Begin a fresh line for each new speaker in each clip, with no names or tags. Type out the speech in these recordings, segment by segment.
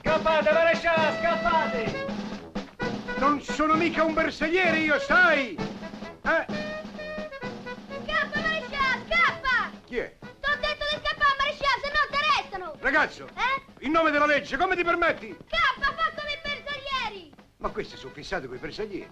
Scappate, maresciallo, scappate!
Non sono mica un bersagliere, io, sai! Eh,
Scappa, maresciallo, scappa!
chi è?
T'ho detto di scappare, maresciallo, se no t'arrestano!
Ragazzo,
Eh?
in nome della legge, come ti permetti?
Scappa, fa come i bersaglieri!
Ma questi sono fissati coi bersaglieri.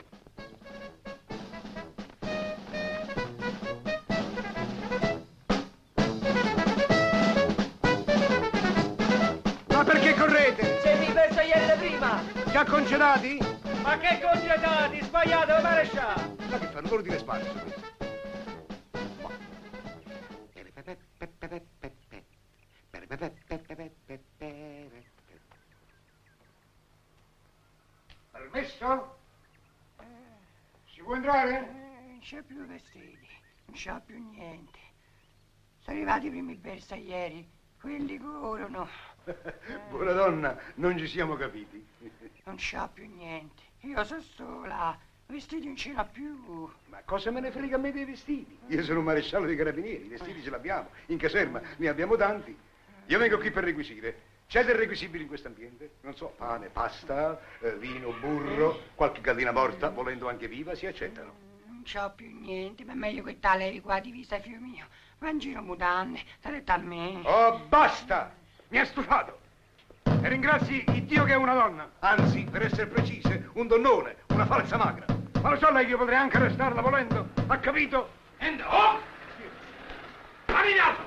Ma perché correte?
Siete i bersaglieri da prima!
Già congedati?
Ma che congedati, sbagliate, oh, maresciallo!
Ma che fanno? Loro di sparso. Permesso? Si può entrare?
Non c'è più vestiti, non c'è più niente. Sono arrivati i primi bersaglieri, quelli corrono,
Buona donna, non ci siamo capiti.
non c'è più niente. Io sono sola, vestiti non ce n'ho più.
Ma cosa me ne frega a me dei vestiti? Io sono un maresciallo dei carabinieri, i vestiti ce l'abbiamo, in caserma ne abbiamo tanti. Io vengo qui per requisire. C'è del requisibile in questo ambiente? Non so, pane, pasta, eh, vino, burro, qualche gallina morta, volendo anche viva, si accettano.
Non c'ho più niente, ma è meglio che tale qua divisa fio mio. Va in giro mutanne, sarete a me.
Oh, basta! Mi ha stufato! E ringrazi Dio che è una donna. Anzi, per essere precise, un donnone, una falsa magra. Ma lo so lei che io potrei anche arrestarla volendo, ha capito?
And oh! Mani in alto!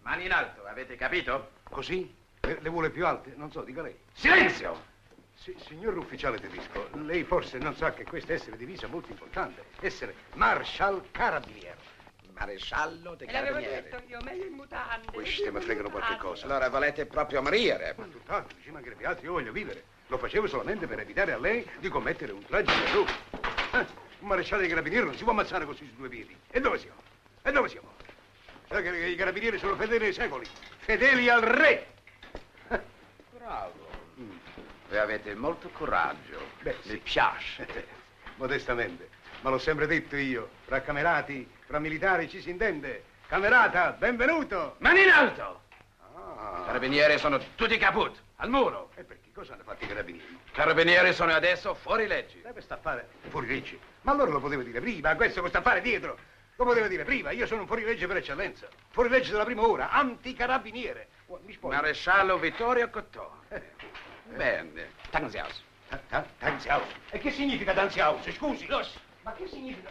Mani in alto, avete capito?
Così? Le, le vuole più alte? Non so, dica lei.
Silenzio!
Sì, signor ufficiale tedesco, lei forse non sa che questo essere divisa è molto importante. Essere Marshal Carabinieri.
Maresciallo dei
E l'avevo
carabinieri.
detto io, meglio in mutande.
Questi mi fregano qualche cosa.
Allora volete proprio morire?
Ma tutt'altro, ci mancherebbe altro, io voglio vivere. Lo facevo solamente per evitare a lei di commettere un tragico errore. Eh, un maresciallo dei carabinieri non si può ammazzare così su due piedi. E dove siamo? E dove siamo? Sa che i carabinieri sono fedeli ai secoli, fedeli al re.
Bravo. Voi Mm. avete molto coraggio.
Beh,
Mi
sì.
piace.
Modestamente, ma l'ho sempre detto io, fra camerati, fra militari ci si intende. Camerata, benvenuto!
Mani in alto! I
Ah,
carabinieri sono tutti caput, al muro.
e perché cosa hanno fatto i carabinieri?
I carabinieri sono adesso fuori legge.
Deve staffare fuori legge. Ma allora lo potevo dire prima, questo che sta a fare dietro. Lo potevo dire prima, io sono un fuorilegge per eccellenza. Fuorilegge della prima ora, anticarabiniere. Oh, Mi spoglio.
Maresciallo Vittorio Cotto. Bene. Tanzias.
Ta- ta- Tanziaus. E che Eh, significa Tanziaus? Scusi, Los. Ma che significa?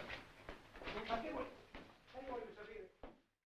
Ma che vuol-